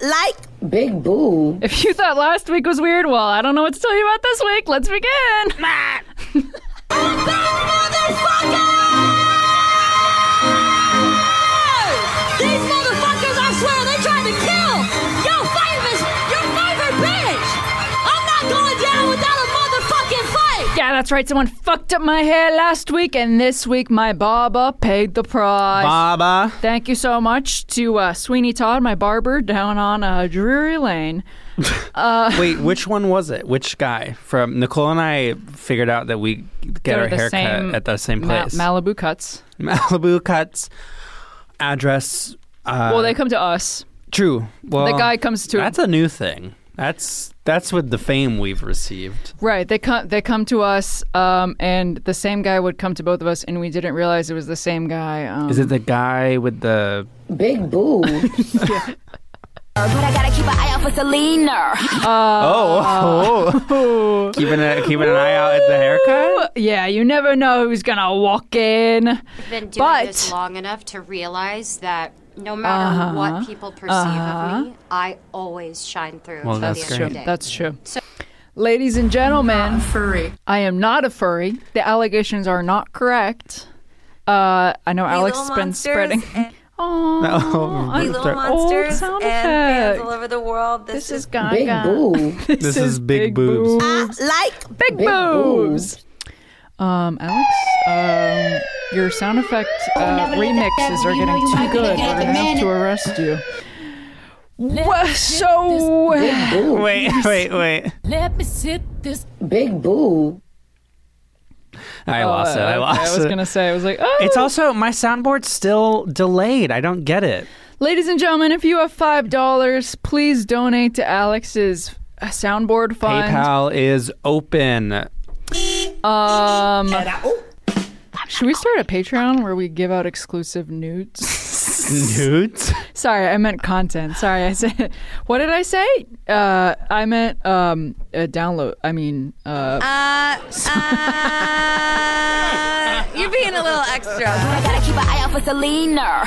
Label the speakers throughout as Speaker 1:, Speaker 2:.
Speaker 1: like
Speaker 2: Big boo.
Speaker 3: If you thought last week was weird, well, I don't know what to tell you about this week. Let's begin.
Speaker 1: These motherfuckers, I swear, they tried to kill your favorite, your favorite bitch. I'm not going down without a motherfucking fight.
Speaker 3: Yeah, that's right. Someone fucked up my hair last week, and this week my Baba paid the price.
Speaker 4: Baba.
Speaker 3: Thank you so much to uh, Sweeney Todd, my barber, down on uh, Drury Lane.
Speaker 4: Wait, which one was it? Which guy? From Nicole and I figured out that we get
Speaker 3: Go
Speaker 4: our
Speaker 3: to the
Speaker 4: haircut
Speaker 3: same
Speaker 4: at the same
Speaker 3: Ma-
Speaker 4: place.
Speaker 3: Malibu Cuts.
Speaker 4: Malibu cuts address. Uh,
Speaker 3: well, they come to us.
Speaker 4: true. Well,
Speaker 3: the guy comes to
Speaker 4: That's a new thing. That's that's with the fame we've received.
Speaker 3: Right. They come. They come to us, um, and the same guy would come to both of us, and we didn't realize it was the same guy. Um,
Speaker 4: Is it the guy with the?
Speaker 2: Big boo.
Speaker 1: But I gotta keep an eye out for Selena.
Speaker 4: oh, oh. keeping a, keeping an eye out at the haircut.
Speaker 3: Yeah, you never know who's gonna walk in.
Speaker 5: been doing
Speaker 3: But-
Speaker 5: this long enough to realize that no matter
Speaker 3: Uh-huh.
Speaker 5: what people perceive of me, I always shine through.
Speaker 4: Well,
Speaker 5: to
Speaker 4: that's
Speaker 5: the end
Speaker 4: great.
Speaker 5: Of the day.
Speaker 3: That's true. Ladies and gentlemen,
Speaker 6: Furry.
Speaker 3: I am not a furry. The allegations are not correct. Uh, I know Alex has
Speaker 7: little
Speaker 3: been
Speaker 7: monsters
Speaker 3: spreading.
Speaker 7: and-
Speaker 3: Oh,
Speaker 4: Oh,
Speaker 3: I-
Speaker 7: We little
Speaker 3: Old
Speaker 7: monsters
Speaker 3: sound
Speaker 7: and fans
Speaker 3: effect.
Speaker 7: all over the world. This,
Speaker 3: This
Speaker 7: is, Ah,
Speaker 3: is Gaga.
Speaker 2: Big boo.
Speaker 4: This is big boobs.
Speaker 1: Like
Speaker 3: Big, boobs. Um, Alex, um, your sound effect uh, remixes are getting too good. We're gonna have to arrest you. Wha- so
Speaker 4: Wait, wait, wait.
Speaker 6: Let me sit this.
Speaker 2: Big boo.
Speaker 4: I lost it. I lost
Speaker 3: Oh, I was
Speaker 4: it.
Speaker 3: gonna say, I was like, oh.
Speaker 4: It's also my soundboard's still delayed. I don't get it.
Speaker 3: Ladies and gentlemen, if you have five dollars, please donate to Alex's uh, soundboard fund.
Speaker 4: PayPal is open.
Speaker 3: Um, should we start a Patreon where we give out exclusive nudes?
Speaker 4: Nudes.
Speaker 3: Sorry, I meant content. Sorry, I said. What did I say? Uh, I meant um, uh, download. I mean, uh,
Speaker 7: uh, you're being a little extra.
Speaker 1: I gotta keep an eye out for Selena.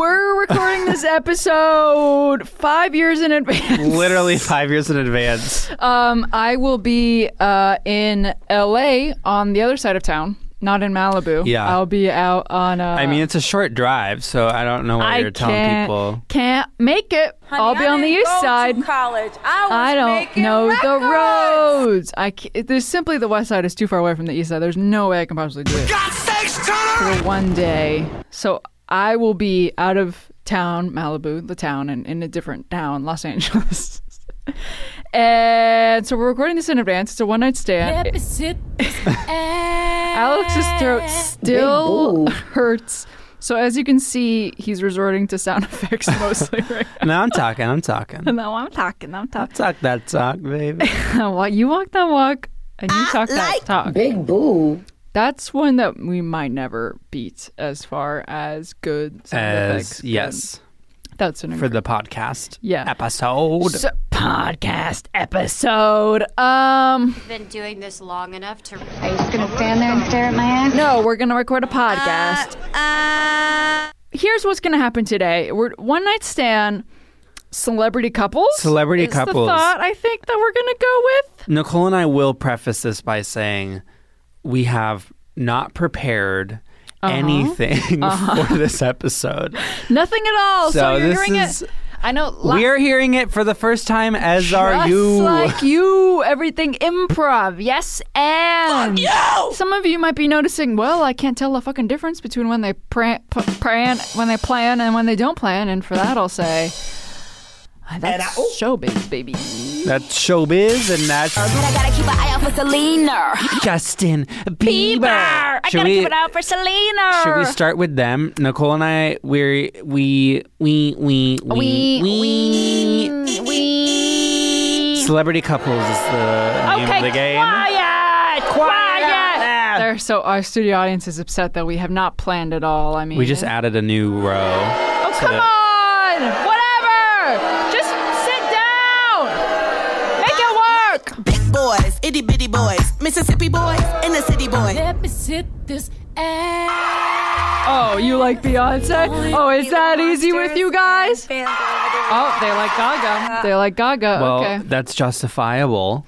Speaker 3: we're recording this episode five years in advance.
Speaker 4: Literally five years in advance.
Speaker 3: Um, I will be uh, in L.A. on the other side of town, not in Malibu.
Speaker 4: Yeah.
Speaker 3: I'll be out on. Uh,
Speaker 4: I mean, it's a short drive, so I don't know what
Speaker 3: I
Speaker 4: you're telling
Speaker 3: can't-
Speaker 4: people.
Speaker 3: Can't make it. I'll be on the east side.
Speaker 7: college. I, was
Speaker 3: I don't
Speaker 7: making
Speaker 3: know the
Speaker 7: records.
Speaker 3: roads. I ca- there's simply the west side is too far away from the east side. There's no way I can possibly do it for one day. So I will be out of town, Malibu, the town, and in a different town, Los Angeles. and so we're recording this in advance. It's a one night stand.
Speaker 6: Let me sit this.
Speaker 3: Alex's throat still
Speaker 2: boo.
Speaker 3: hurts. So as you can see, he's resorting to sound effects mostly right now.
Speaker 4: No, I'm talking. I'm talking.
Speaker 3: No, I'm talking. I'm talking.
Speaker 4: Talk that talk, baby.
Speaker 3: Well, you walk that walk and you talk that talk.
Speaker 2: Big boo.
Speaker 3: That's one that we might never beat as far as good sound effects.
Speaker 4: As
Speaker 3: go.
Speaker 4: yes,
Speaker 3: That's an
Speaker 4: for the podcast.
Speaker 3: Yeah.
Speaker 4: Episode.
Speaker 3: So- podcast episode. Um,
Speaker 5: been doing this long enough to.
Speaker 3: no, we're gonna record a podcast. Uh, Here's what's gonna happen today. We're one night stand, celebrity couples.
Speaker 4: Celebrity
Speaker 3: is the
Speaker 4: couples.
Speaker 3: thought I think that we're gonna go with.
Speaker 4: Nicole and I will preface this by saying we have not prepared
Speaker 3: Uh-huh.
Speaker 4: anything for this episode.
Speaker 3: Nothing at all. So,
Speaker 4: So
Speaker 3: you're
Speaker 4: this
Speaker 3: hearing
Speaker 4: is-
Speaker 3: it. I know. la-
Speaker 4: We are hearing it for the first time, as are
Speaker 3: Just
Speaker 4: you.
Speaker 3: like you, everything improv. Yes, and some of you might be noticing. Well, I can't tell the fucking difference between when they plan, p- plan when they plan, and when they don't plan. And for that, I'll say that's showbiz, baby.
Speaker 4: That's showbiz, and that's
Speaker 1: But I gotta keep an eye out for Selena.
Speaker 4: Justin Bieber. Should we,
Speaker 3: out for Selena.
Speaker 4: Should we start with them? Nicole and I, we're we we we we we
Speaker 3: Mm,
Speaker 4: celebrity couples is the name of the game.
Speaker 3: Quiet, quiet. They're so our studio audience is upset that we have not planned at all. I mean,
Speaker 4: We just added a new row.
Speaker 3: Oh, come on! Whatever! Just sit down! Make it work!
Speaker 8: Big boys, itty bitty boys, Mississippi boys, inner city boys.
Speaker 6: Let me sit this.
Speaker 3: Oh, you like Beyonce? Oh, is that easy with you guys?
Speaker 7: Fans all over
Speaker 3: Oh, they like Gaga. They like Gaga.
Speaker 4: Well,
Speaker 3: okay.
Speaker 4: that's justifiable.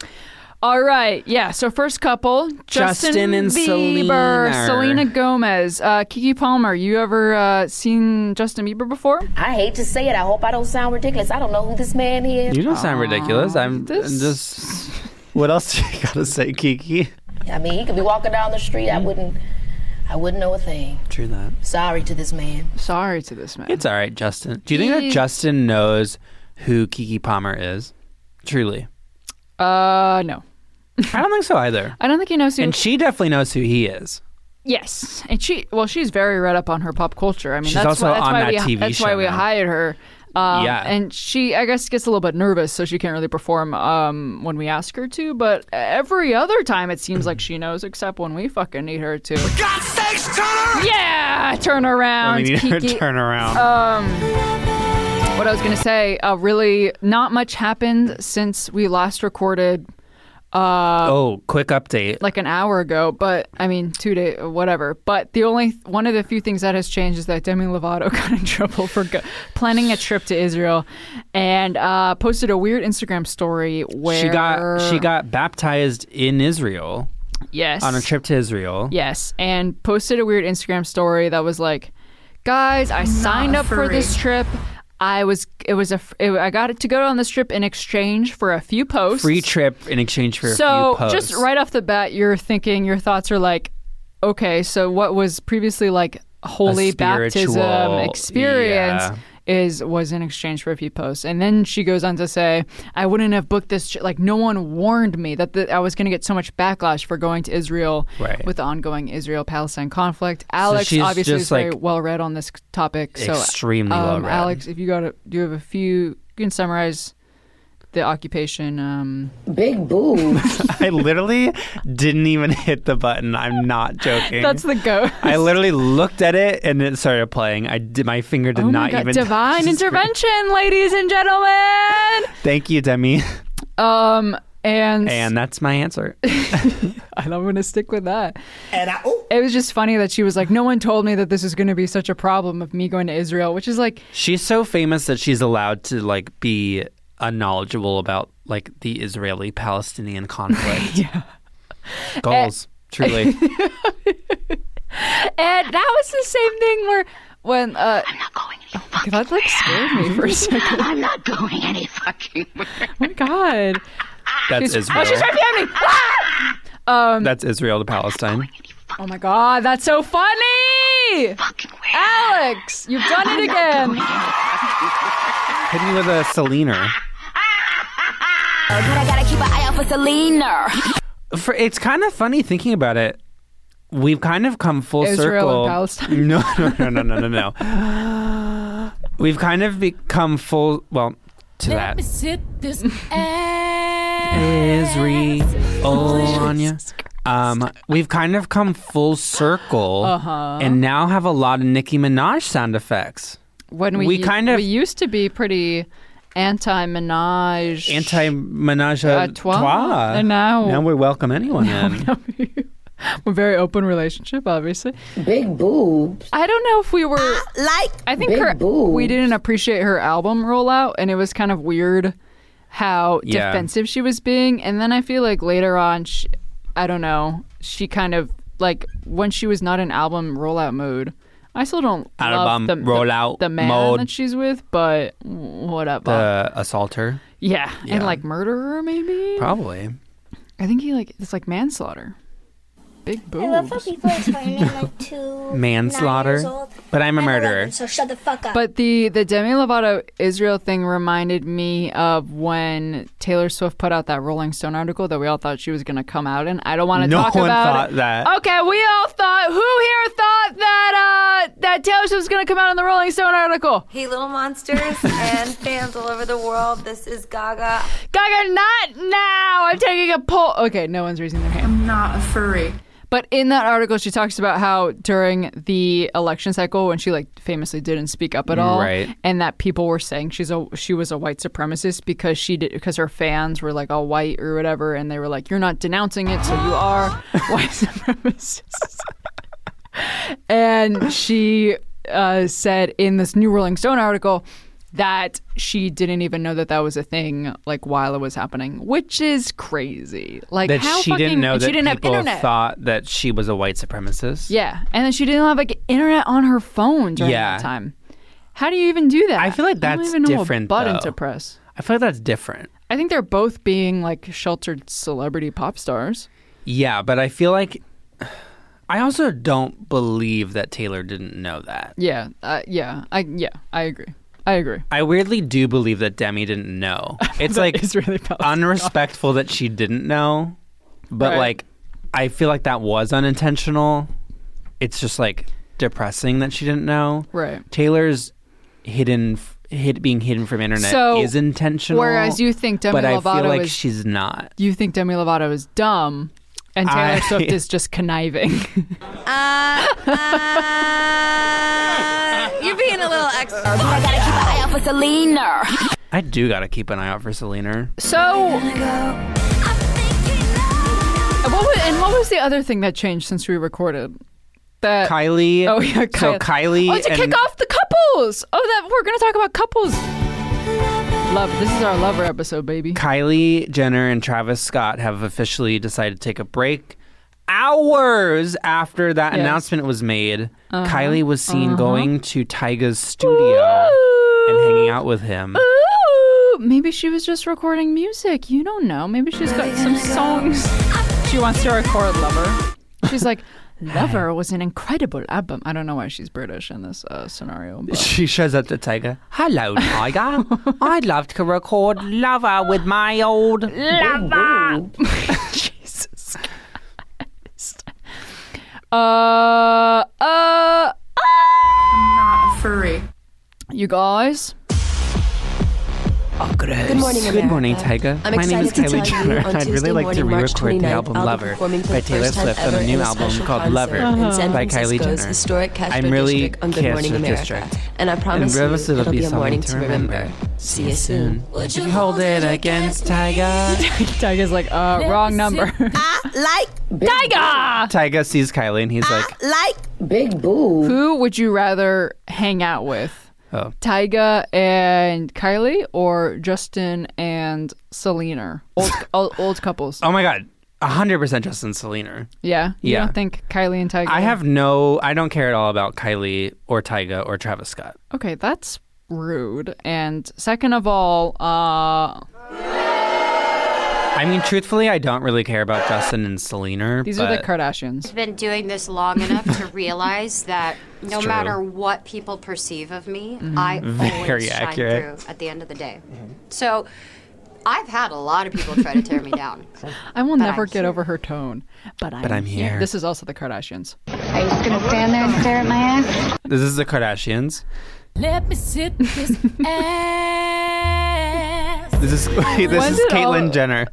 Speaker 3: All right. Yeah. So first couple, Justin,
Speaker 4: Justin and
Speaker 3: Bieber,
Speaker 4: Selena.
Speaker 3: Selena Gomez, uh, Kiki Palmer. You ever uh, seen Justin Bieber before?
Speaker 8: I hate to say it. I hope I don't sound ridiculous. I don't know who this man is.
Speaker 4: You don't sound ridiculous. I'm,
Speaker 3: this-
Speaker 4: I'm just. What else do you gotta say, Kiki?
Speaker 8: I mean, he could be walking down the street. I wouldn't. I wouldn't know a thing.
Speaker 4: True that.
Speaker 8: Sorry to this man.
Speaker 3: Sorry to this man.
Speaker 4: It's all right, Justin. Do you think that
Speaker 3: He-
Speaker 4: Justin knows who Kiki Palmer is? Truly,
Speaker 3: Uh, no.
Speaker 4: I don't think so either.
Speaker 3: I don't think he knows who.
Speaker 4: And she definitely knows who he is.
Speaker 3: yes, and she. Well, she's very read up on her pop culture. I mean,
Speaker 4: She's
Speaker 3: that's
Speaker 4: also
Speaker 3: why, that's
Speaker 4: on
Speaker 3: why
Speaker 4: that
Speaker 3: we
Speaker 4: TV
Speaker 3: that's why
Speaker 4: show
Speaker 3: we
Speaker 4: now.
Speaker 3: hired her. Um,
Speaker 4: Yeah.
Speaker 3: and she, I guess, gets a little bit nervous, so she can't really perform um, when we ask her to. But every other time, it seems like she knows, except when we fucking need her to. Yeah, turn around.
Speaker 4: we need her to
Speaker 3: Kiki.
Speaker 4: turn around.
Speaker 3: Uh, What I was gonna say, uh, really, not much happened since we last recorded,
Speaker 4: oh, quick update.
Speaker 3: like an hour ago. But I mean, two day, whatever. But the only one of the few things that has changed is that Demi Lovato got in trouble for go- planning a trip to Israel, and uh, posted a weird Instagram story where
Speaker 4: she got she got baptized in Israel
Speaker 3: yes
Speaker 4: on a trip to Israel.
Speaker 3: Yes, and posted a weird Instagram story that was like, "Guys, I signed up for this trip. I was it was a f- it- I got it to go on this trip in exchange for a few posts.
Speaker 4: Free trip in exchange for
Speaker 3: so
Speaker 4: a few posts.
Speaker 3: just right off the bat, you're thinking your thoughts are like, okay, so what was previously like holy
Speaker 4: A
Speaker 3: baptism
Speaker 4: spiritual-
Speaker 3: experience?
Speaker 4: yeah.
Speaker 3: Is was in exchange for a few posts, and then she goes on to say, "I wouldn't have booked this. Ch- like no one warned me that the, I was going to get so much backlash for going to Israel
Speaker 4: Right.
Speaker 3: with the ongoing Israel-Palestine conflict." Alex
Speaker 4: she's
Speaker 3: obviously
Speaker 4: just,
Speaker 3: is very
Speaker 4: like,
Speaker 3: well read on this topic, so
Speaker 4: extremely
Speaker 3: um,
Speaker 4: well-read.
Speaker 3: Alex, if you got, to do you have a few? You can summarize the occupation. Um,
Speaker 2: Big boob.
Speaker 4: I literally didn't even hit the button. I'm not joking.
Speaker 3: that's the goat.
Speaker 4: I literally looked at it and it started playing. I did, my finger did
Speaker 3: Oh my
Speaker 4: not
Speaker 3: God,
Speaker 4: even
Speaker 3: divine intervention, ladies and gentlemen.
Speaker 4: Thank you, Demi.
Speaker 3: Um, and,
Speaker 4: And that's my answer.
Speaker 3: and I'm gonna stick with that. it was just funny that she was like, "No one told me that this is gonna be such a problem of me going to Israel," which is like,
Speaker 4: She's so famous that she's allowed to like be unknowledgeable about like the Israeli Palestinian conflict. yeah. Eh. Goals. Truly.
Speaker 3: and that was the same thing where when uh, I'm not going. That like scared me for a second. I'm not going any fucking. Oh my god!
Speaker 4: That's Israel.
Speaker 3: Oh, she's right behind me. Ah!
Speaker 4: That's Israel to Palestine.
Speaker 3: Oh my god, that's so funny! Alex, you've done it again.
Speaker 4: Hit me with a Selena.
Speaker 9: I gotta keep an eye out for Selena.
Speaker 4: For, it's kind of funny thinking about it. We've kind of come full
Speaker 3: Israel and
Speaker 4: circle.
Speaker 3: Palestine.
Speaker 4: No, no, no, no, no, no, no. We've kind of become full. Well, to
Speaker 6: Let
Speaker 4: that.
Speaker 6: me sit this ass.
Speaker 4: Israel on ya. Um, we've kind of come full circle,
Speaker 3: Uh-huh.
Speaker 4: and now have a lot of Nicki Minaj sound effects.
Speaker 3: When we,
Speaker 4: We kind of-
Speaker 3: we used to be pretty anti Minaj.
Speaker 4: Anti Minaj à
Speaker 3: À toi. And now-
Speaker 4: now we welcome anyone in.
Speaker 3: a very open relationship, obviously.
Speaker 2: Big boob.
Speaker 3: I don't know if we were like. I think
Speaker 2: Big
Speaker 3: her,
Speaker 2: boobs.
Speaker 3: we didn't appreciate her album rollout, and it was kind of weird how
Speaker 4: Yeah.
Speaker 3: defensive she was being. And then I feel like later on, she, I don't know, she kind of like when she was not in album rollout mode. I still don't
Speaker 4: Album
Speaker 3: love the, the-
Speaker 4: rollout
Speaker 3: the man
Speaker 4: mode.
Speaker 3: that she's with, but whatever.
Speaker 4: The assaulter,
Speaker 3: yeah.
Speaker 4: yeah.
Speaker 3: and like murderer maybe.
Speaker 4: probably.
Speaker 3: I think he like it's like manslaughter. Big boobs.
Speaker 10: people explaining like two
Speaker 4: Manslaughter.
Speaker 10: nine years old.
Speaker 4: But I'm a
Speaker 10: I'm
Speaker 4: murderer.
Speaker 10: 11, so shut the fuck up.
Speaker 3: But the the Demi Lovato Israel thing reminded me of when Taylor Swift put out that Rolling Stone article that we all thought she was going to come out in. I don't want to
Speaker 4: No
Speaker 3: talk
Speaker 4: one
Speaker 3: about
Speaker 4: thought
Speaker 3: it.
Speaker 4: that.
Speaker 3: Okay, we all thought. Who here thought that uh, that Taylor Swift was going to come out in the Rolling Stone article?
Speaker 7: Hey, little monsters and fans all over the world. This is Gaga.
Speaker 3: Gaga, not now. I'm taking a poll. Okay, no one's raising their hand. I'm not a furry. But in that article, she talks about how during the election cycle, when she like famously didn't speak up at all,
Speaker 4: Right.
Speaker 3: and that people were saying she's a she was a white supremacist because she did because her fans were like all white or whatever, and they were like, "You're not denouncing it, so you are white supremacist." and she uh, said in this new Rolling Stone article that she didn't even know that that was a thing like while it was happening, which is crazy. Like
Speaker 4: that
Speaker 3: how
Speaker 4: she
Speaker 3: fucking,
Speaker 4: didn't know
Speaker 3: and
Speaker 4: that
Speaker 3: she didn't have
Speaker 4: people
Speaker 3: internet.
Speaker 4: thought that she was a white supremacist.
Speaker 3: yeah, and then she didn't have like internet on her phone during
Speaker 4: Yeah.
Speaker 3: that time. How do you even do that?
Speaker 4: I feel like
Speaker 3: I don't
Speaker 4: that's
Speaker 3: even know
Speaker 4: different,
Speaker 3: What button
Speaker 4: though.
Speaker 3: to press.
Speaker 4: I feel like that's different.
Speaker 3: I think they're both being like sheltered celebrity pop stars.
Speaker 4: Yeah, but I feel like I also don't believe that Taylor didn't know that.
Speaker 3: Yeah, uh, yeah, I yeah, I agree. I agree.
Speaker 4: I weirdly do believe that Demi didn't know. It's
Speaker 3: That
Speaker 4: like
Speaker 3: is really Palestine.
Speaker 4: unrespectful that she didn't know, but
Speaker 3: Right.
Speaker 4: like I feel like that was unintentional. It's just like depressing that she didn't know.
Speaker 3: Right.
Speaker 4: Taylor's hidden f- hid, being hidden from internet
Speaker 3: So,
Speaker 4: is intentional.
Speaker 3: whereas you think Demi
Speaker 4: but I
Speaker 3: Lovato
Speaker 4: feel like
Speaker 3: is-
Speaker 4: she's not.
Speaker 3: You think Demi Lovato is dumb, and Taylor
Speaker 4: I-
Speaker 3: Swift is just conniving.
Speaker 7: You're being a little extra.
Speaker 9: I gotta keep an eye out for Selena.
Speaker 4: I do gotta keep an eye out for Selena.
Speaker 3: Uh, so, and what was, and what was the other thing that changed since we recorded? That
Speaker 4: Kylie.
Speaker 3: Oh yeah, Kylie.
Speaker 4: So Kylie.
Speaker 3: Oh, to
Speaker 4: and-
Speaker 3: kick off the couples. Oh, that we're gonna talk about couples. Love. This is our lover episode, baby.
Speaker 4: Kylie Jenner and Travis Scott have officially decided to take a break. Hours after that
Speaker 3: Yes. Uh-huh.
Speaker 4: announcement was made, Kylie was seen going to Tyga's studio and hanging out with him.
Speaker 3: Ooh, maybe she was just recording music. You don't know. Maybe she's got some songs she wants to record. Lover. She's like, Lover was an incredible album. I don't know why she's British in this uh, scenario. But.
Speaker 4: She shows up to Tyga. Hello, Tyga. I'd love to record Lover with my old.
Speaker 3: Jesus Christ. Uh, uh,
Speaker 6: Furry.
Speaker 3: you guys.
Speaker 4: Good morning, Good morning, Tyga. My name is Kylie Jenner, and I'd really like to re record the album Lover by Taylor Swift on a new album called Lover by Kylie Jenner. I'm really Kiss with District.
Speaker 11: And I promise
Speaker 4: And
Speaker 11: you,
Speaker 4: Rivers, it'll
Speaker 11: it'll
Speaker 4: be
Speaker 11: be a
Speaker 4: something
Speaker 11: morning
Speaker 4: to
Speaker 11: to remember.
Speaker 4: remember.
Speaker 11: See you soon.
Speaker 4: Would you hold it against Tyga?
Speaker 3: Tiger's like, uh, wrong number. Tiger!
Speaker 4: Tyga sees Kylie, and he's like,
Speaker 2: Big boob.
Speaker 3: Who would you rather hang out with?
Speaker 4: Oh.
Speaker 3: Tyga and Kylie or Justin and Selena? Old, old, old couples.
Speaker 4: "Oh my God, 100% Justin Selena."
Speaker 3: yeah? You
Speaker 4: yeah.
Speaker 3: don't think Kylie and Tyga?
Speaker 4: I have no, I don't care at all about Kylie or Tyga or Travis Scott.
Speaker 3: Okay, that's rude. And second of all, uh,
Speaker 4: I mean, truthfully, I don't really care about Justin and Selena.
Speaker 3: these
Speaker 4: but
Speaker 3: are the Kardashians.
Speaker 5: I've been doing this long enough to realize that no
Speaker 4: true.
Speaker 5: matter what people perceive of me,
Speaker 3: Mm-hmm.
Speaker 5: I
Speaker 4: Very
Speaker 5: always shine
Speaker 4: accurate.
Speaker 5: through at the end of the day.
Speaker 12: Mm-hmm.
Speaker 5: So I've had a lot of people try to tear me down.
Speaker 3: I will never
Speaker 5: I'm
Speaker 3: get over her tone. But I'm,
Speaker 4: But I'm here.
Speaker 3: This is also the Kardashians.
Speaker 4: This is the Kardashians.
Speaker 6: Let me sit this ass.
Speaker 4: This is this is
Speaker 3: it all-
Speaker 4: Caitlyn Jenner.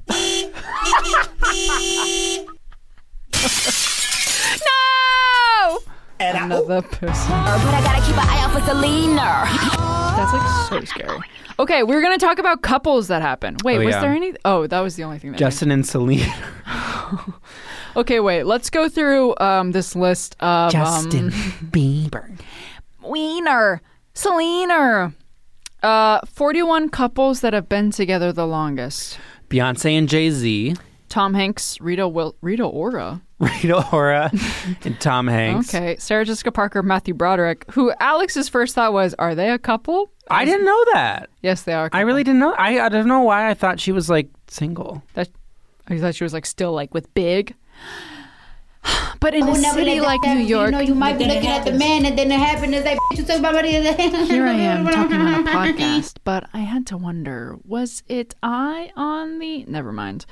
Speaker 3: No! Another person.
Speaker 9: But I gotta keep an eye out for Selena.
Speaker 3: That's like so scary. Okay, we're gonna talk about couples that happen. Wait,
Speaker 4: Oh,
Speaker 3: was
Speaker 4: yeah.
Speaker 3: there any? Oh, that was the only thing. That
Speaker 4: Justin and Selena.
Speaker 3: Okay, wait. Let's go through um, this list of
Speaker 4: Justin Bieber.
Speaker 3: um, Wiener, Selena, uh, forty-one couples that have been together the longest.
Speaker 4: Beyonce and Jay Z.
Speaker 3: Tom Hanks, Rita Wil- Rita Ora.
Speaker 4: Rita Ora and Tom Hanks.
Speaker 3: Okay, Sarah Jessica Parker, Matthew Broderick. Who Alex's first thought was, "Are they a couple?"
Speaker 4: I didn't know that.
Speaker 3: Yes, they are. a
Speaker 4: I
Speaker 3: couple.
Speaker 4: really didn't know. I, I don't know why I thought she was like single.
Speaker 3: That, I thought she was like still like with big. But
Speaker 6: Oh,
Speaker 3: in a city like New York,
Speaker 6: you might be looking at the man, and then it happened. Is like you talk about
Speaker 3: here I am talking on a podcast, but I had to wonder, was it I on the? Never mind.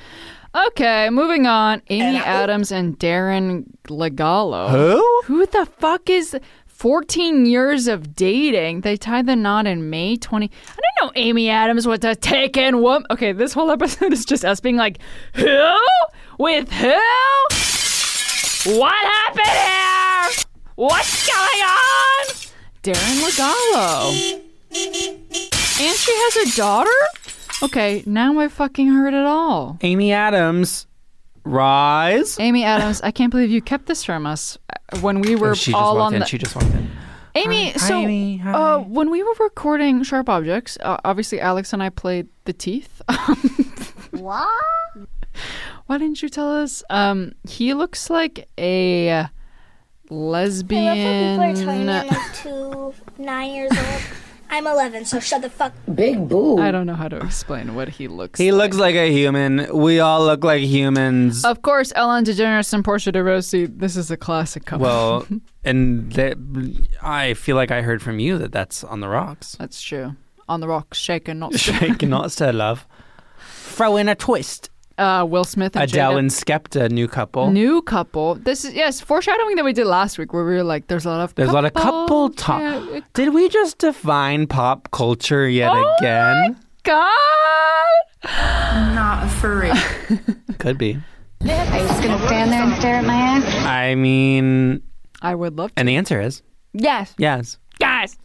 Speaker 3: Okay, moving on. Amy Adams and Darren Legallo.
Speaker 4: Who?
Speaker 3: Who the fuck is 14 years of dating? They tied the knot in May 20. I didn't know Amy Adams was a taken woman. Okay, this whole episode is just us being like, who? With who? What happened here? What's going on? Darren Legallo. And she has a daughter? Okay, now I fucking heard it all.
Speaker 4: Amy Adams Rise.
Speaker 3: Amy Adams, I can't believe you kept this from us uh, when we were
Speaker 4: Oh, she just
Speaker 3: all
Speaker 4: walked
Speaker 3: on
Speaker 4: in.
Speaker 3: the.
Speaker 4: She just walked in.
Speaker 3: Amy,
Speaker 4: Hi.
Speaker 3: so
Speaker 4: Hi, Amy. Hi.
Speaker 3: Uh, when we were recording Sharp Objects, uh, obviously Alex and I played the teeth.
Speaker 10: What?
Speaker 3: Why didn't you tell us? Um, he looks like a
Speaker 10: People are
Speaker 3: lesbian.
Speaker 10: telling me I'm like two, nine years old. I'm 11, so shut the fuck.
Speaker 4: Big boo.
Speaker 3: I don't know how to explain what he looks.
Speaker 4: He looks like a human. We all look like humans.
Speaker 3: Of course, Ellen DeGeneres and Portia de Rossi. This is a classic couple.
Speaker 4: well, and that, I feel like I heard from you that that's on the rocks.
Speaker 3: that's true. On the rocks, shaken, not stirred.
Speaker 4: Shake not stir love. Throw in a twist.
Speaker 3: Uh, Will Smith and
Speaker 4: Adele
Speaker 3: Jada.
Speaker 4: and Skepta, new couple.
Speaker 3: New couple. This is yes, foreshadowing that we did last week, where we were like, "There's a lot of
Speaker 4: There's a lot of couple talk.
Speaker 3: Yeah, it-
Speaker 4: Did we just define pop culture yet
Speaker 3: Oh
Speaker 4: again?
Speaker 3: God,
Speaker 11: Not for real.
Speaker 4: Could be.
Speaker 11: I was gonna stand there and stare at my ass.
Speaker 4: I mean,
Speaker 3: I would love. to.
Speaker 4: and the answer is
Speaker 3: Yes,
Speaker 4: yes.
Speaker 3: guys.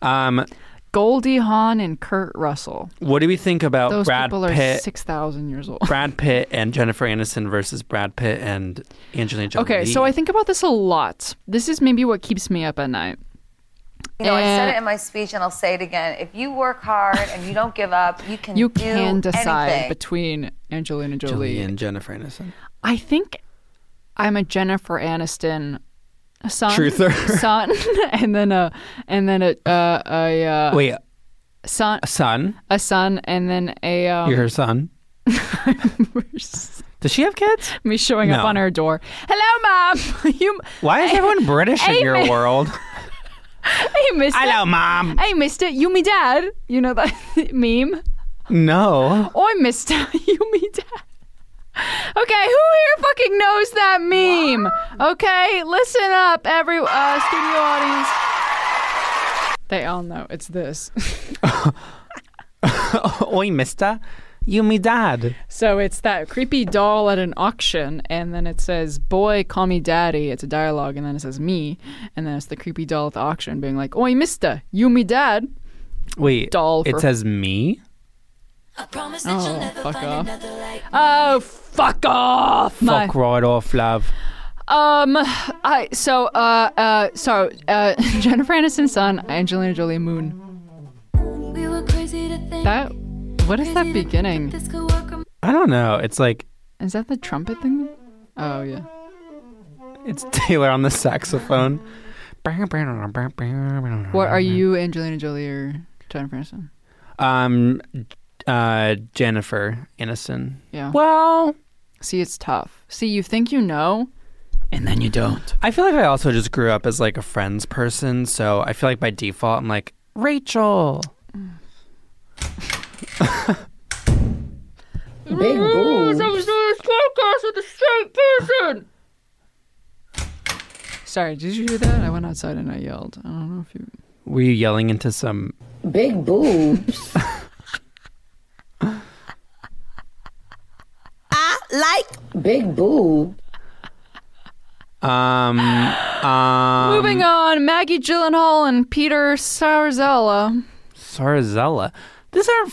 Speaker 4: Um,
Speaker 3: Goldie Hawn and Kurt Russell.
Speaker 4: what do we think about
Speaker 3: Those
Speaker 4: Oh, Brad
Speaker 3: people are
Speaker 4: Pitt?
Speaker 3: six thousand years old.
Speaker 4: Brad Pitt and Jennifer Aniston versus Brad Pitt and Angelina Jolie.
Speaker 3: Okay, so I think about this a lot. This is maybe what keeps me up at night.
Speaker 13: You know, I said
Speaker 3: And-
Speaker 13: it in my speech, and I'll say it again. If you work hard and you don't give up, you can
Speaker 3: You
Speaker 13: do
Speaker 3: can decide
Speaker 13: anything.
Speaker 3: between Angelina Jolie.
Speaker 4: Jolie and Jennifer Aniston.
Speaker 3: I think I'm a Jennifer Aniston son,
Speaker 4: Truther.
Speaker 3: son, and then a and then a uh, a uh,
Speaker 4: Wait,
Speaker 3: son,
Speaker 4: a son?
Speaker 3: a son, and then a um,
Speaker 4: You're her son. Does she have kids?
Speaker 3: me showing up
Speaker 4: No.
Speaker 3: on her door. Hello, mom. you
Speaker 4: Why is everyone British in your
Speaker 3: Amy.
Speaker 4: world?
Speaker 3: hey, mister.
Speaker 4: Hello, mom.
Speaker 3: Hey, mister. You me dad. You know that meme.
Speaker 4: No.
Speaker 3: Oi, mister. You me dad. Okay, who here fucking knows that meme? Okay, listen up, every uh, studio audience. They all know it's this.
Speaker 4: Oi, mister. You, me dad.
Speaker 3: So it's that creepy doll at an auction, and then it says, Boy, call me daddy. It's a dialogue, and then it says, Me. And then it's the creepy doll at the auction being like, Oi, mister, you me dad.
Speaker 4: Wait.
Speaker 3: Doll
Speaker 4: It
Speaker 3: for-
Speaker 4: says me?
Speaker 3: Oh, fuck off. Oh, fuck off. My-
Speaker 4: Fuck right off, love.
Speaker 3: Um, I so uh uh so uh Jennifer Aniston's son Angelina Jolie Moon.
Speaker 14: We were crazy to think
Speaker 3: That what is that beginning?
Speaker 14: this could work. From
Speaker 4: I don't know. It's like
Speaker 3: Is that the trumpet thing? Oh yeah.
Speaker 4: it's Taylor on the saxophone.
Speaker 3: What are you Angelina Jolie or Jennifer Aniston?
Speaker 4: Um, uh, Jennifer Aniston.
Speaker 3: Yeah.
Speaker 4: Well,
Speaker 3: see it's tough. See you think you know, and then you don't.
Speaker 4: I feel like I also just grew up as like a friends person, so I feel like by default I'm like Rachel.
Speaker 2: Big boo.
Speaker 3: Sorry, did you hear that? I went outside and I yelled. I don't know if you.
Speaker 4: Were you yelling into some?
Speaker 2: Big boobs.
Speaker 1: I like
Speaker 2: Big boo.
Speaker 4: Um. um
Speaker 3: Moving on, Maggie Gyllenhaal and Peter Sarzella.
Speaker 4: Sarzella. These aren't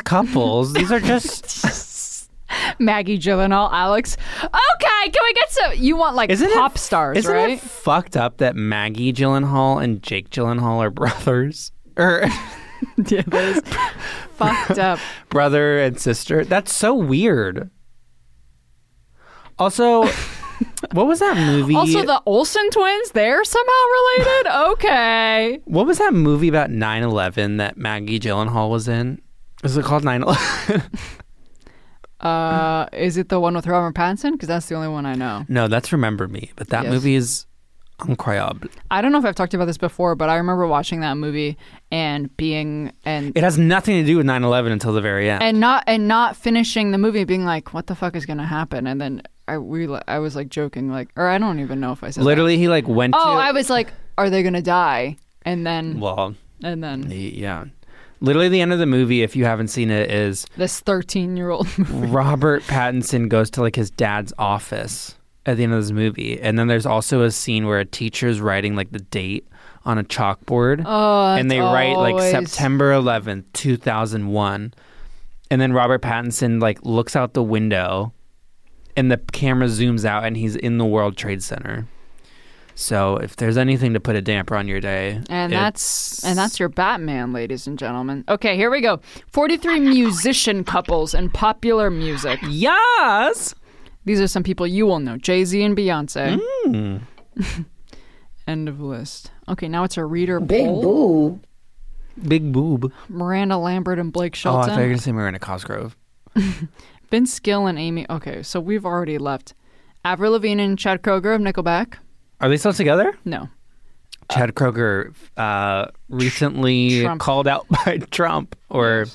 Speaker 4: couples. These are just.
Speaker 3: Maggie Gyllenhaal, Alex. Okay, can we get some? You want like
Speaker 4: Isn't it-
Speaker 3: pop stars,
Speaker 4: Isn't
Speaker 3: right?
Speaker 4: it fucked up that Maggie Gyllenhaal and Jake Gyllenhaal are brothers? Or
Speaker 3: yeah, that is fucked up.
Speaker 4: brother and sister. That's so weird. Also, what was that movie?
Speaker 3: Also, the Olsen twins, they're somehow related? Okay.
Speaker 4: what was that movie about 9/11 that Maggie Gyllenhaal was in? Was it called 9/11?
Speaker 3: Uh, is it the one with Robert Pattinson? Because that's the only one I know.
Speaker 4: no, that's Remember Me, but that
Speaker 3: Yes.
Speaker 4: movie is incroyable.
Speaker 3: I don't know if I've talked about this before, but I remember watching that movie and being and
Speaker 4: It has nothing to do with 9/11 until the very end.
Speaker 3: and not and not finishing the movie, being like, "What the fuck is gonna happen?" And then I we I was like joking, like, or I don't even know if I said that.
Speaker 4: Literally, he like went
Speaker 3: Oh,
Speaker 4: to
Speaker 3: I was like, "Are they gonna die?" And then
Speaker 4: well,
Speaker 3: and then
Speaker 4: yeah. Literally, the end of the movie, if you haven't seen it, is
Speaker 3: this thirteen-year-old
Speaker 4: Robert Pattinson goes to like his dad's office at the end of this movie, and then there's also a scene where a teacher's writing like the date on a chalkboard,
Speaker 3: Oh,
Speaker 4: and
Speaker 3: that's
Speaker 4: they write like
Speaker 3: always-
Speaker 4: September 11th, 2001, and then Robert Pattinson like looks out the window, and the camera zooms out and he's in the World Trade Center. So if there's anything to put a damper on your day,
Speaker 3: And
Speaker 4: it-
Speaker 3: that's and that's your Batman, ladies and gentlemen. Okay, here we go. Forty-three musician couples in popular music.
Speaker 4: Yes.
Speaker 3: These are some people you will know: Jay Z and Beyonce.
Speaker 4: Mm.
Speaker 3: End of list. Okay, now it's a reader
Speaker 1: Oh.
Speaker 2: Big
Speaker 3: poll.
Speaker 2: boob.
Speaker 4: big boob.
Speaker 3: Miranda Lambert and Blake
Speaker 4: Oh, I
Speaker 3: Shelton.
Speaker 4: thought you were gonna say Miranda Cosgrove.
Speaker 3: Ben Skill and Amy. Okay, so we've already left. Avril Lavigne and Chad Kroger of Nickelback.
Speaker 4: Are they still together?
Speaker 3: No.
Speaker 4: Chad Kroger uh, recently
Speaker 3: Trump.
Speaker 4: called out by Trump, or vice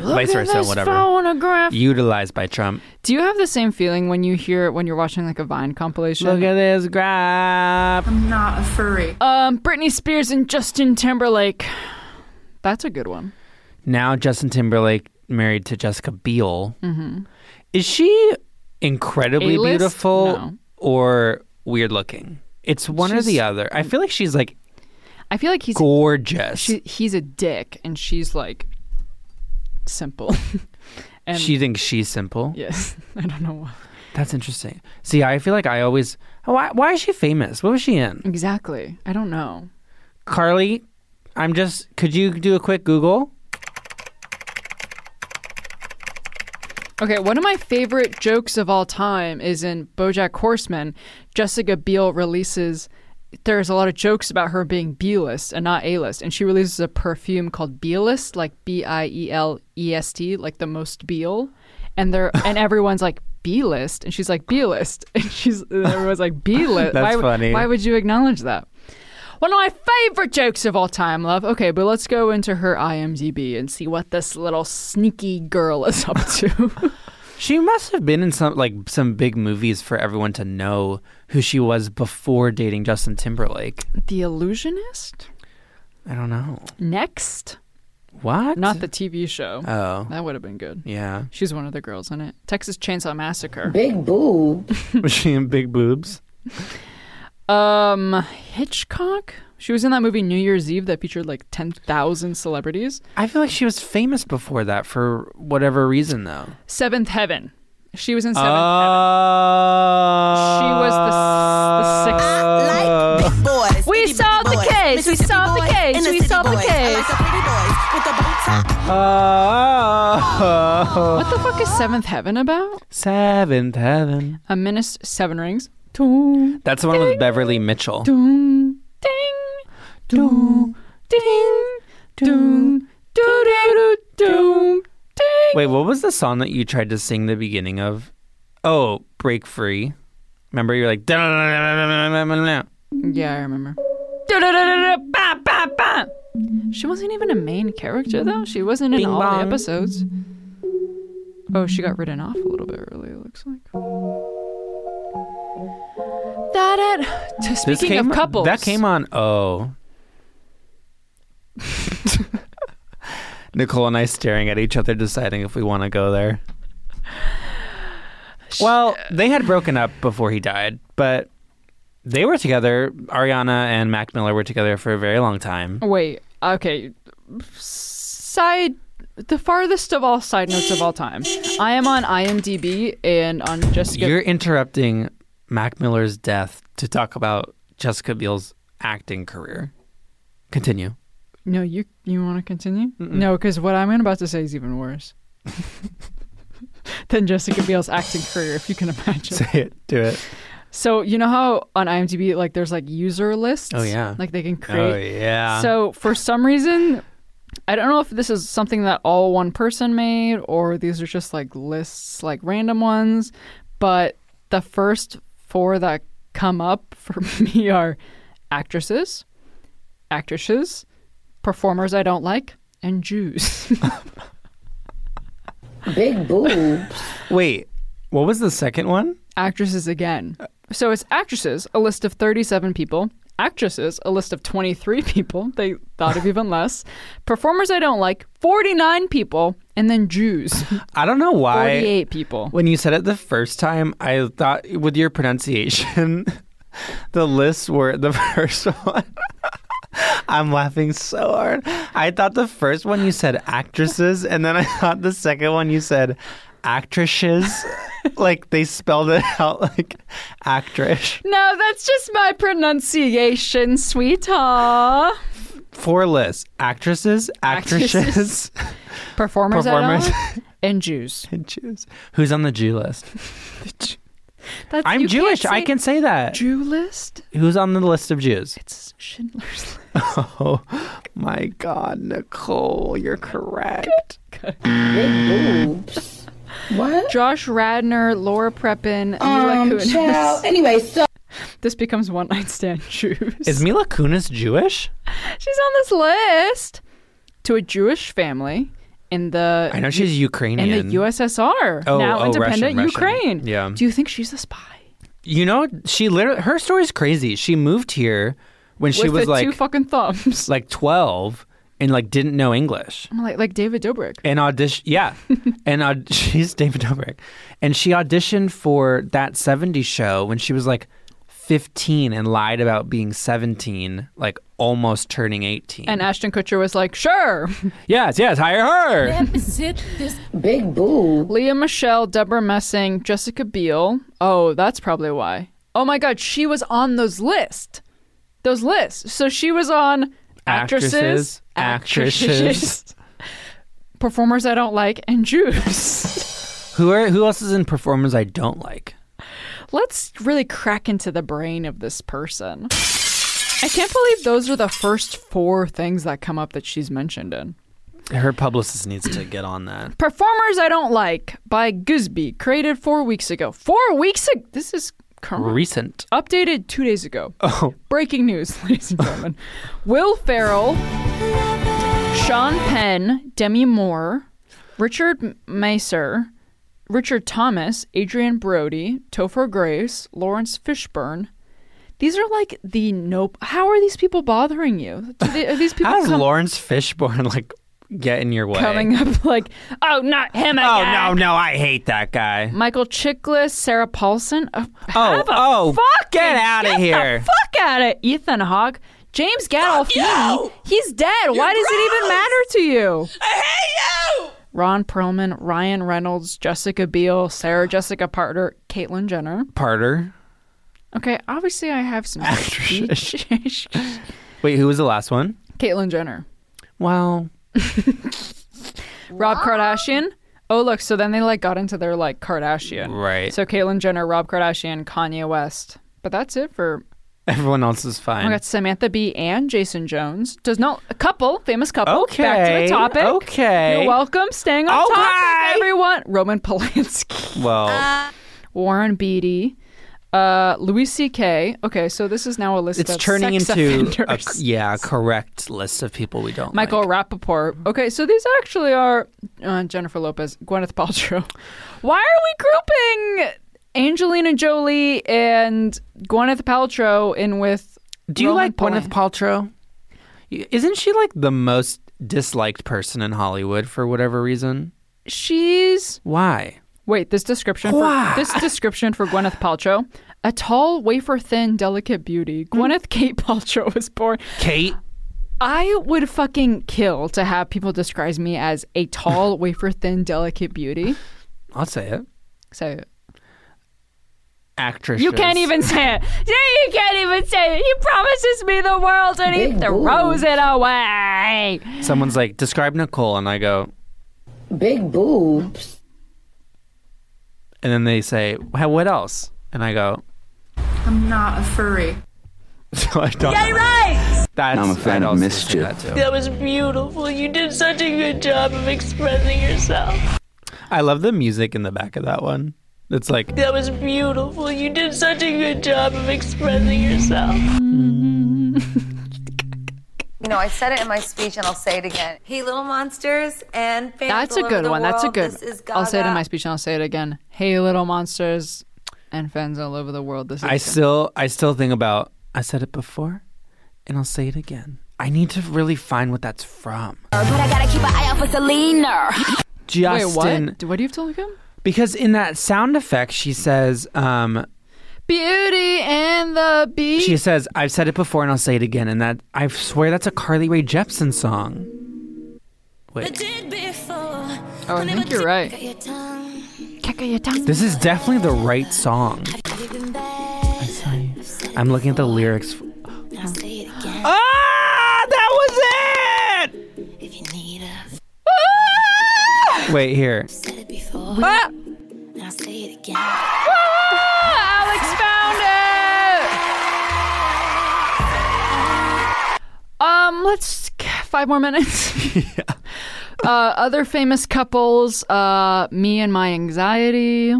Speaker 3: Look at
Speaker 4: versa,
Speaker 3: this
Speaker 4: whatever.
Speaker 3: phonograph.
Speaker 4: Utilized by Trump.
Speaker 3: Do you have the same feeling when you hear when you're watching like a Vine compilation?
Speaker 4: Look at this grab.
Speaker 3: I'm not a furry. Um, Britney Spears and Justin Timberlake. That's a good one.
Speaker 4: Now Justin Timberlake married to Jessica Biel.
Speaker 3: Mm-hmm.
Speaker 4: Is she incredibly
Speaker 3: A-list?
Speaker 4: beautiful
Speaker 3: No.
Speaker 4: or weird looking? It's one or the
Speaker 3: She's-
Speaker 4: other. I feel like she's like
Speaker 3: I feel like he's
Speaker 4: gorgeous.
Speaker 3: She, he's a dick, and she's like simple. and
Speaker 4: she thinks she's simple.
Speaker 3: yes, I don't know why.
Speaker 4: That's interesting. See, I feel like I always. Why, why is she famous? What was she in?
Speaker 3: Exactly. I don't know.
Speaker 4: Carly, I'm just. Could you do a quick Google?
Speaker 3: Okay, one of my favorite jokes of all time is in BoJack Horseman. Jessica Biel releases. There's a lot of jokes about her being B-list and not A-list, and she releases a perfume called B-list, like E B-I-E-L-E-S-T, like the most Beal, and they're and everyone's like B-list, and she's like B-list, and she's and everyone's like B-list.
Speaker 4: That's
Speaker 3: why,
Speaker 4: funny.
Speaker 3: Why would you acknowledge that? One of my favorite jokes of all time, love. Okay, but let's go into her IMDb and see what this little sneaky girl is up to.
Speaker 4: She must have been in some like some big movies for everyone to know who she was before dating Justin Timberlake.
Speaker 3: The Illusionist?
Speaker 4: I don't know.
Speaker 3: Next?
Speaker 4: What?
Speaker 3: Not the TV show.
Speaker 4: Oh.
Speaker 3: That would have been good.
Speaker 4: Yeah.
Speaker 3: She's one of the girls in it. Texas Chainsaw Massacre.
Speaker 2: Big boob.
Speaker 4: was she in big boobs?
Speaker 3: Um, Hitchcock? She was in that movie New Year's Eve that featured like 10,000 celebrities.
Speaker 4: I feel like she was famous before that for whatever reason though.
Speaker 3: Seventh Heaven. She was in Seventh
Speaker 4: Oh.
Speaker 3: Heaven. She was the, s- the sixth.
Speaker 4: like
Speaker 9: boys.
Speaker 3: We solved the case. We solved the case. We solved the case.
Speaker 4: Oh.
Speaker 3: What the fuck is Seventh Heaven about?
Speaker 4: Seventh Heaven.
Speaker 3: A minister. Seven rings. Toom,
Speaker 4: That's the one with Beverly Mitchell.
Speaker 3: toom, ding, toom, ding, toom, doo doo doo toom, ding.
Speaker 4: Wait, what was the song that you tried to sing the beginning of? Oh, Break Free. Remember, you're like, "Da-da-da-da-da-da-da-da-da-da."
Speaker 3: Yeah, I remember. Da-da-da-da-da, ba, ba, ba. She wasn't even a main character though. She wasn't in
Speaker 4: Bing
Speaker 3: all the
Speaker 4: bong.
Speaker 3: episodes. Oh, she got written off a little bit early. It looks like. That it. To-
Speaker 4: This
Speaker 3: Speaking
Speaker 4: came-
Speaker 3: of couples,
Speaker 4: That came on, oh. Nicole and I staring at each other, deciding if we want to go there. Well, they had broken up before he died, but they were together. Ariana and Mac Miller were together for a very long time.
Speaker 3: Wait. Okay. Side. The farthest of all side notes of all time. I am on IMDb and on Jessica.
Speaker 4: You're interrupting Mac Miller's death to talk about Jessica Biel's acting career. Continue.
Speaker 3: no, you you want to continue? No, because what I'm about to say is even worse than Jessica Biel's acting career, if you can imagine.
Speaker 4: Say it. Do it.
Speaker 3: So you know how on IMDb, like there's like user lists.
Speaker 4: Oh, yeah.
Speaker 3: Like they can
Speaker 4: Oh
Speaker 3: create.
Speaker 4: yeah.
Speaker 3: So for some reason, I don't know if this is something that all one person made or these are just like lists, like random ones. But the first four that come up for me are actresses, actresses, performers I don't like, and Jews.
Speaker 2: Big boobs.
Speaker 4: wait, what was the second one?
Speaker 3: actresses again. So it's actresses, a list of 37 people. Actresses, a list of 23 people. They thought of even less. Performers I don't like, 49 people. And then Jews,
Speaker 4: I don't know why.
Speaker 3: 48 people.
Speaker 4: When you said it the first time, I thought with your pronunciation, the lists were the first one. I'm laughing so hard. I thought the first one you said actresses, and then I thought the second one you said actresses. like they spelled it out like actress.
Speaker 3: No, that's just my pronunciation, sweetheart.
Speaker 4: Four lists: actresses, actresses,
Speaker 3: Performers, I don't
Speaker 4: performers,
Speaker 3: know. and Jews.
Speaker 4: and Jews. Who's on the Jew list?
Speaker 3: That's,
Speaker 4: I'm
Speaker 3: you can't
Speaker 4: Jewish. I
Speaker 3: say
Speaker 4: can say that.
Speaker 3: Jew list?
Speaker 4: Who's on the list of Jews? It's
Speaker 3: Schindler's List.
Speaker 4: Oh my God, Nicole, you're correct.
Speaker 3: What? Josh Radner, Laura Prepon, Mila
Speaker 15: Um,
Speaker 3: Kunis.
Speaker 1: Oh,
Speaker 15: child.
Speaker 3: Anyway, so this becomes one night stand Jews.
Speaker 4: Is Mila Kunis Jewish?
Speaker 3: She's on this list to a Jewish family in the
Speaker 4: I know she's Ukrainian.
Speaker 3: in the USSR,
Speaker 4: Oh,
Speaker 3: now
Speaker 4: oh,
Speaker 3: independent
Speaker 4: Russian, Russian.
Speaker 3: Ukraine.
Speaker 4: Yeah.
Speaker 3: Do you think she's a spy?
Speaker 4: You know, she literally her story's crazy. She moved here when she
Speaker 3: With
Speaker 4: was
Speaker 3: the
Speaker 4: like
Speaker 3: two fucking thumbs.
Speaker 4: like 12 and like didn't know English.
Speaker 3: I'm like like David Dobrik.
Speaker 4: And audition, yeah, and aud- she's David Dobrik, and she auditioned for that '70s show when she was like 15 and lied about being 17, like almost turning 18.
Speaker 3: And Ashton Kutcher was like, sure.
Speaker 4: Yes, yes, hire her.
Speaker 3: Big boo. Leah Michelle, Deborah Messing, Jessica Biel. Oh, that's probably why. Oh my God, she was on those list. Those lists. So she was on actresses,
Speaker 4: Actresses, actresses.
Speaker 3: actresses, performers I don't like, and Jews.
Speaker 4: Who are who else is in performers I don't like?
Speaker 3: Let's really crack into the brain of this person. I can't believe those are the first four things that come up that she's mentioned in.
Speaker 4: Her publicist needs to get on that.
Speaker 3: Performers I Don't Like by Gooseby, created four weeks ago. Four weeks ago? This is current.
Speaker 4: Recent.
Speaker 3: Updated two days ago. Oh. Breaking news, ladies and gentlemen. Will Farrell, Sean Penn, Demi Moore, Richard M- Macer, Richard Thomas, Adrian Brody, Topher Grace, Lawrence Fishburne. These are like the nope. How are these people bothering you? Do they- are these people
Speaker 4: How does
Speaker 3: come-
Speaker 4: Lawrence Fishburne like get in your way?
Speaker 3: coming up like, oh, not him
Speaker 4: oh
Speaker 3: again?
Speaker 4: no, no, I hate that guy.
Speaker 3: Michael Chiklis, Sarah Paulson. Oh,
Speaker 4: Oh, oh,
Speaker 3: fuck
Speaker 4: get outta here.
Speaker 3: The fuck out of Ethan Hawke. James Gandolfini. He's dead. Why does it even matter to you? I hate you. Ron Perlman, Ryan Reynolds, Jessica Biel, Sarah Jessica Parker, Caitlyn Jenner.
Speaker 4: Parter.
Speaker 3: Okay, obviously I have some
Speaker 4: Wait, who was the last one?
Speaker 3: Caitlyn Jenner.
Speaker 4: Wow.
Speaker 3: Rob Kardashian. Oh look, so then they like got into their like Kardashian.
Speaker 4: Right.
Speaker 3: So Caitlyn Jenner, Rob Kardashian, Kanye West. But that's it for
Speaker 4: Everyone else is
Speaker 3: We
Speaker 4: fine.
Speaker 3: got Samantha Bee and Jason Jones. Does not a couple, famous couple. Back to
Speaker 4: Okay,
Speaker 3: the topic.
Speaker 4: okay.
Speaker 3: You're welcome. Staying on topic, everyone. Roman Polanski,
Speaker 4: Well,
Speaker 3: Warren Beatty, uh, Louis C.K. Okay, so this is now a list
Speaker 4: it's
Speaker 3: of
Speaker 4: turning
Speaker 3: sex
Speaker 4: into a,
Speaker 3: offenders.
Speaker 4: yeah, a correct list of people we don't
Speaker 3: Michael Rappaport. Okay, so these actually are uh, Jennifer Lopez, Gwyneth Paltrow. Why are we grouping Angelina Jolie and Gwyneth Paltrow in with?
Speaker 4: Do you
Speaker 3: Roman
Speaker 4: like Gwyneth Paltrow? like. Isn't she like the most disliked person in Hollywood for whatever reason?
Speaker 3: She's
Speaker 4: Why?
Speaker 3: Wait, this description
Speaker 4: Why?
Speaker 3: for this description for Gwyneth Paltrow. A tall, wafer thin, delicate beauty.
Speaker 5: Hmm.
Speaker 3: Gwyneth Kate Paltrow was born.
Speaker 4: Kate?
Speaker 3: I would fucking kill to have people describe me as a tall, wafer thin, delicate beauty.
Speaker 4: I'll say it.
Speaker 3: So
Speaker 4: Actress.
Speaker 3: you can't even say it. Yeah, You can't even say it. He promises me the world and he
Speaker 4: Big
Speaker 3: throws it away.
Speaker 4: Someone's like, describe Nicole, and I go,
Speaker 2: Big boobs.
Speaker 4: and then they say, "Wha- what else? And I go,
Speaker 16: I'm not a furry.
Speaker 4: so I don't.
Speaker 16: Yay,
Speaker 4: right. That's,
Speaker 17: I'm a fan
Speaker 4: I'd
Speaker 17: of
Speaker 4: also say
Speaker 17: mischief.
Speaker 4: that too.
Speaker 18: That was beautiful. You did such a good job of expressing yourself.
Speaker 4: I love the music in the back of that one. It's like
Speaker 18: That was beautiful. You did such a good job of expressing yourself.
Speaker 12: You know, I said it in my speech, and I'll say it again.
Speaker 5: Hey, little monsters and fans
Speaker 3: That's
Speaker 5: all
Speaker 3: a
Speaker 5: over
Speaker 3: good
Speaker 5: the
Speaker 3: one. That's a
Speaker 5: world.
Speaker 3: good.
Speaker 5: This is
Speaker 3: I'll say it in
Speaker 5: Gaga.
Speaker 3: my speech and I'll say it again. Hey, little monsters and fans all over the world. This is
Speaker 4: I still, I still think about. I said it before, and I'll say it again. I need to really find what that's from.
Speaker 19: But I gotta keep an eye out for Selena.
Speaker 4: Justin,
Speaker 3: Wait, what? What do you have to look up?
Speaker 4: because in that sound effect, she says, um,
Speaker 3: Beauty and the Beast.
Speaker 4: she says, "I've said it before, and I'll say it again." And that I swear that's a Carly Rae Jepsen song. Wait,
Speaker 3: Oh, I think you're right.
Speaker 20: Got your tongue.
Speaker 3: back of your tongue.
Speaker 4: This is definitely the right song. I saw you. I'm looking at the lyrics. Ah, that was it. Ah! Wait here. Ah!
Speaker 3: Ah, Alex found it. Um, let's five more minutes. yeah. Uh, other famous couples: uh, me and my anxiety.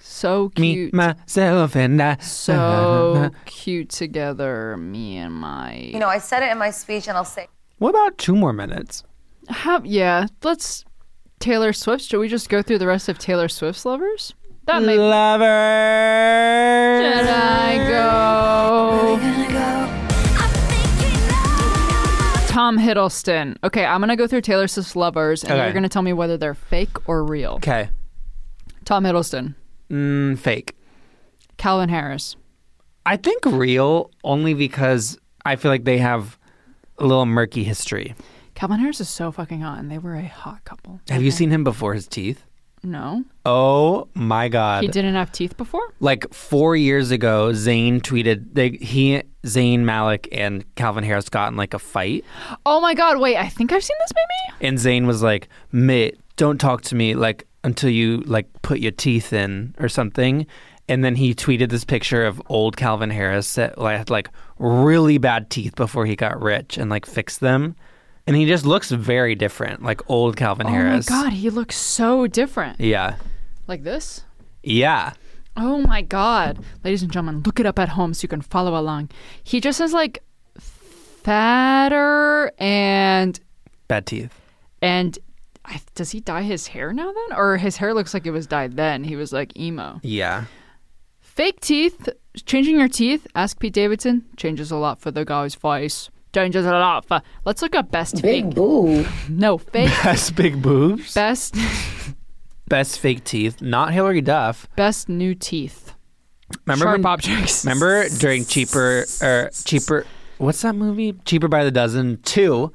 Speaker 3: So
Speaker 4: Me,
Speaker 3: cute.
Speaker 4: myself, and I.
Speaker 3: so cute together. Me and my.
Speaker 13: You know, I said it in my speech, and I'll say.
Speaker 4: What about two more minutes?
Speaker 3: How, yeah, let's Taylor Swift. Should we just go through the rest of Taylor Swift's lovers? That may
Speaker 4: Lover.
Speaker 3: Should I go? Tom Hiddleston. Okay, I'm gonna go through Taylor Swift's lovers, and
Speaker 4: Okay.
Speaker 3: you're gonna tell me whether they're fake or real.
Speaker 4: Okay.
Speaker 3: Tom Hiddleston,
Speaker 4: Mm, fake.
Speaker 3: Calvin Harris.
Speaker 4: I think real only because I feel like they have a little murky history.
Speaker 3: Calvin Harris is so fucking hot, and they were a hot couple.
Speaker 4: Have you seen him before his teeth?
Speaker 3: No,
Speaker 4: Oh my god.
Speaker 3: he didn't have teeth before.
Speaker 4: Like 4 years ago, Zayn tweeted they he Zayn Malik and Calvin Harris got in like a fight
Speaker 3: Oh my god! Wait, I think I've seen this maybe.
Speaker 4: and Zayn was like, "Mate, don't talk to me like until you like put your teeth in or something." And then he tweeted this picture of old Calvin Harris that like, had like really bad teeth before he got rich and like fixed them. And he just looks very different, like old Calvin Harris.
Speaker 3: Oh my god, he looks so different.
Speaker 4: Yeah.
Speaker 3: Like this?
Speaker 4: Yeah.
Speaker 3: Oh my god. Ladies and gentlemen, look it up at home so you can follow along. He just is like fatter and
Speaker 4: Bad teeth.
Speaker 3: and I, does he dye his hair now then? Or his hair looks like it was dyed then. He was like emo.
Speaker 4: Yeah.
Speaker 3: Fake teeth, changing your teeth, ask Pete Davidson, changes a lot for the guy's face. Changes a lot for. Let's look up best
Speaker 2: Big
Speaker 3: fake.
Speaker 2: boo.
Speaker 3: No, fake.
Speaker 4: Best big boobs.
Speaker 3: best
Speaker 4: Best fake teeth. Not Hillary Duff.
Speaker 3: best new teeth.
Speaker 4: Remember
Speaker 3: Sharp
Speaker 4: when-
Speaker 3: objects.
Speaker 4: Remember during cheaper or cheaper? What's that movie? Cheaper by the dozen two,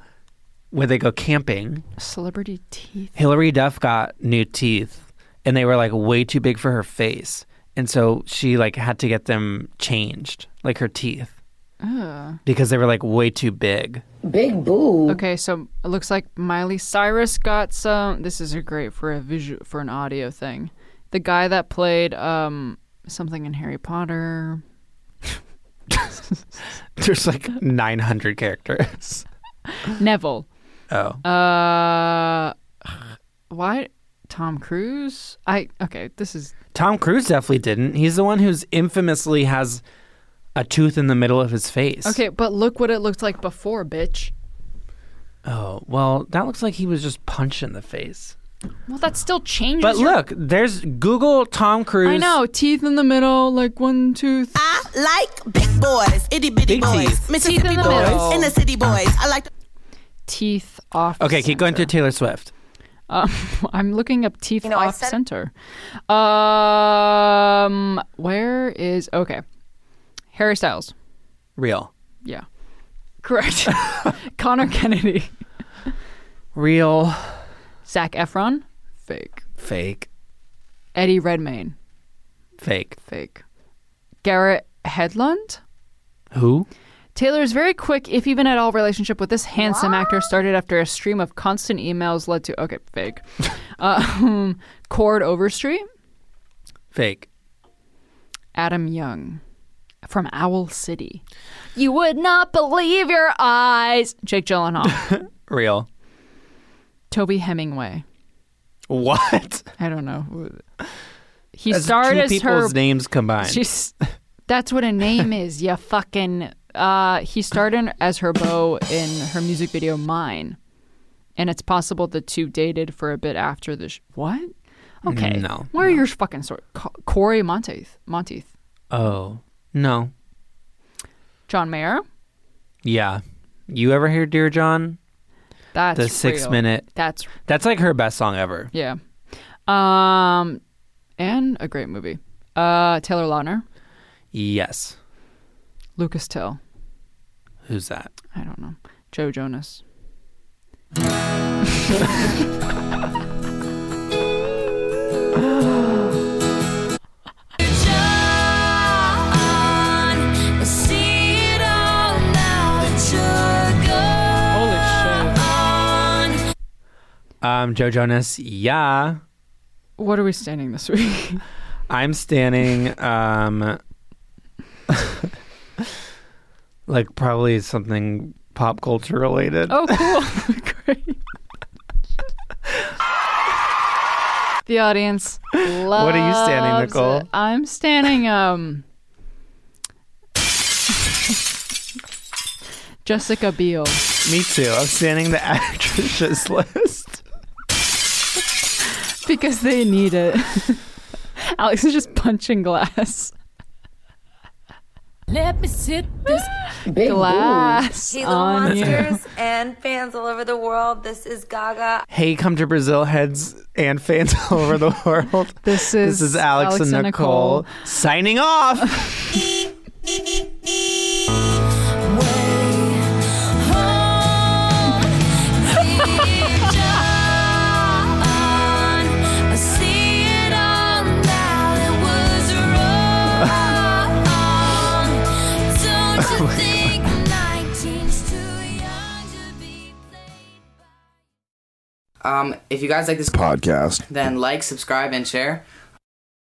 Speaker 4: where they go camping.
Speaker 3: Celebrity teeth.
Speaker 4: Hillary Duff got new teeth, and they were like way too big for her face, and so she like had to get them changed, like her teeth,
Speaker 3: Ugh.
Speaker 4: because they were like way too big.
Speaker 2: Big boo.
Speaker 3: Okay, so it looks like Miley Cyrus got some. This is a great for a visual for an audio thing. The guy that played um something in Harry Potter.
Speaker 4: There's like 900 characters.
Speaker 3: Neville.
Speaker 4: Oh,
Speaker 3: Uh, why Tom Cruise? I okay. This is
Speaker 4: Tom Cruise definitely didn't. He's the one who's infamously has a tooth in the middle of his face.
Speaker 3: okay, but look what it looked like before, bitch.
Speaker 4: Oh well, that looks like he was just punched in the face.
Speaker 3: Well, that still changes.
Speaker 4: But
Speaker 3: your-
Speaker 4: look, there's Google Tom Cruise.
Speaker 3: I know teeth in the middle, like one tooth.
Speaker 21: I like big boys, itty bitty
Speaker 4: Big
Speaker 21: boys,
Speaker 4: teeth.
Speaker 21: Mississippi
Speaker 3: Teeth in the middle.
Speaker 21: boys, inner city boys. I like the
Speaker 3: Teeth off.
Speaker 4: Okay, keep going to Taylor Swift.
Speaker 3: Um, I'm looking up teeth
Speaker 13: You know, I
Speaker 3: off
Speaker 13: said-
Speaker 3: center. Um, where is okay? Harry Styles.
Speaker 4: Real.
Speaker 3: Yeah, correct. Connor Kennedy.
Speaker 4: Real.
Speaker 3: Zach Efron. Fake.
Speaker 4: Fake.
Speaker 3: Eddie Redmayne.
Speaker 4: Fake.
Speaker 3: Fake. Garrett Hedlund.
Speaker 4: Who?
Speaker 3: Taylor's very quick, if even at all, relationship with this handsome actor started after a stream of constant emails led to okay, fake. um, Cord Overstreet.
Speaker 4: Fake.
Speaker 3: Adam Young from Owl City. You would not believe your eyes. Jake Gyllenhaal,
Speaker 4: Real.
Speaker 3: Toby Hemingway.
Speaker 4: What?
Speaker 3: I don't know. who- He
Speaker 4: That's
Speaker 3: starred
Speaker 4: two
Speaker 3: as her.
Speaker 4: people's names combined.
Speaker 3: She's. That's what a name is. You fucking. Uh, he starred in, as her beau in her music video Mine, and it's possible the two dated for a bit after the. Sh- what? Okay.
Speaker 4: No,
Speaker 3: Where are your fucking sort? Co- Corey Monteith. Monteith.
Speaker 4: Oh no.
Speaker 3: John Mayer.
Speaker 4: Yeah. You ever hear Dear John?
Speaker 3: That's
Speaker 4: the six
Speaker 3: real.
Speaker 4: minute.
Speaker 3: That's
Speaker 4: That's like her best song ever.
Speaker 3: Yeah. Um, and a great movie. Uh, Taylor Lautner,
Speaker 4: Yes.
Speaker 3: Lucas Till.
Speaker 4: Who's that?
Speaker 3: I don't know. Joe Jonas.
Speaker 4: Um, Joe Jonas, yeah.
Speaker 3: What are we standing this week?
Speaker 4: I'm standing um like probably something pop culture related.
Speaker 3: Oh, cool. Great. the audience loves
Speaker 4: What are you standing, Nicole?
Speaker 3: it. I'm standing um Jessica Biel.
Speaker 4: Me too. I'm standing the actresses list.
Speaker 3: Because they need it. Alex is just punching glass.
Speaker 22: Let me sit this
Speaker 3: Big glass.
Speaker 13: Hey, little
Speaker 3: on you.
Speaker 13: monsters and fans all over the world. This is Gaga.
Speaker 4: Hey, come to Brazil heads and fans all over the world.
Speaker 3: This is
Speaker 4: this is Alex,
Speaker 3: Alex
Speaker 4: and,
Speaker 3: and
Speaker 4: Nicole,
Speaker 3: Nicole.
Speaker 4: signing off.
Speaker 23: Um, if you guys like this podcast, then like, subscribe, and share.